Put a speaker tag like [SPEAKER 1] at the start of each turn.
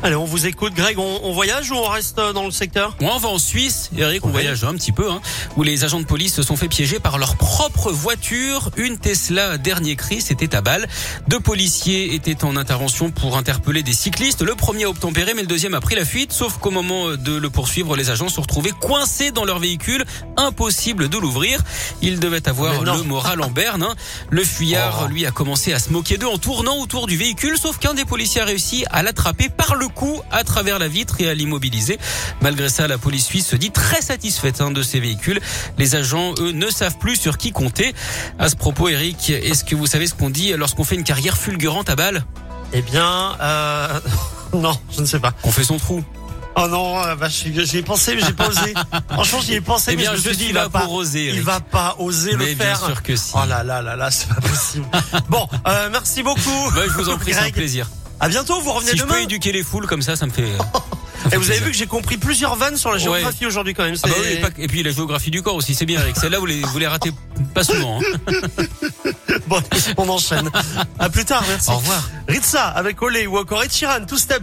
[SPEAKER 1] Allez, on vous écoute. Greg, on, on voyage ou on reste euh, dans le secteur
[SPEAKER 2] Ouais, on va en Suisse, Eric, on
[SPEAKER 1] Ouais.
[SPEAKER 2] voyage un petit peu, hein, où les agents de police se sont fait piéger par leur propre voiture. Une Tesla dernier cri, c'était à Bâle. Deux policiers étaient en intervention pour interpeller des cyclistes. Le premier a obtempéré, mais le deuxième a pris la fuite. Sauf qu'au moment de le poursuivre, les agents se retrouvaient coincés dans leur véhicule. Impossible de l'ouvrir. Ils devaient avoir
[SPEAKER 1] Mais non.
[SPEAKER 2] le moral en berne. hein. Le
[SPEAKER 1] Oh.
[SPEAKER 2] fuyard, lui, a commencé à se moquer d'eux en tournant autour du véhicule, sauf qu'un des policiers a réussi à l'attraper par le cou à travers la vitre et à l'immobiliser. Malgré ça, la police suisse se dit très satisfaite hein, de ces véhicules. Les agents, eux, ne savent plus sur qui compter. À ce propos, Eric, est-ce que vous savez ce qu'on dit lorsqu'on fait une carrière fulgurante à balles
[SPEAKER 1] Eh bien, euh, non, je ne sais pas.
[SPEAKER 2] On fait son trou.
[SPEAKER 1] Oh non, euh, bah, je suis- j'y ai pensé, mais j'ai pas osé. Franchement, j'y ai pensé,
[SPEAKER 2] Eh
[SPEAKER 1] mais
[SPEAKER 2] bien,
[SPEAKER 1] je me
[SPEAKER 2] je
[SPEAKER 1] suis dit,
[SPEAKER 2] suis
[SPEAKER 1] il
[SPEAKER 2] là
[SPEAKER 1] va pas,
[SPEAKER 2] pour oser,
[SPEAKER 1] il
[SPEAKER 2] Eric.
[SPEAKER 1] va pas oser
[SPEAKER 2] Mais
[SPEAKER 1] le
[SPEAKER 2] bien
[SPEAKER 1] faire.
[SPEAKER 2] sûr que si.
[SPEAKER 1] Oh là là là là, c'est pas possible. bon, euh, merci beaucoup.
[SPEAKER 2] Bah, je vous en prie, c'est un
[SPEAKER 1] Greg.
[SPEAKER 2] plaisir.
[SPEAKER 1] À bientôt, vous revenez
[SPEAKER 2] Si je
[SPEAKER 1] demain.
[SPEAKER 2] peux éduquer les foules comme ça, ça me fait. ça me
[SPEAKER 1] Et vous
[SPEAKER 2] fait
[SPEAKER 1] avez
[SPEAKER 2] plaisir.
[SPEAKER 1] vu que j'ai compris plusieurs vannes sur la
[SPEAKER 2] Ouais.
[SPEAKER 1] géographie aujourd'hui quand même.
[SPEAKER 2] Ah bah
[SPEAKER 1] c'est-
[SPEAKER 2] oui, et, pas que- et puis la géographie du corps aussi, c'est bien Eric. Celle-là, vous les, vous les ratez pas souvent. hein.
[SPEAKER 1] Bon, on enchaîne. à plus tard, merci.
[SPEAKER 2] Au revoir.
[SPEAKER 1] Ritza avec Olé ou encore Ed Sheeran, Two Steps.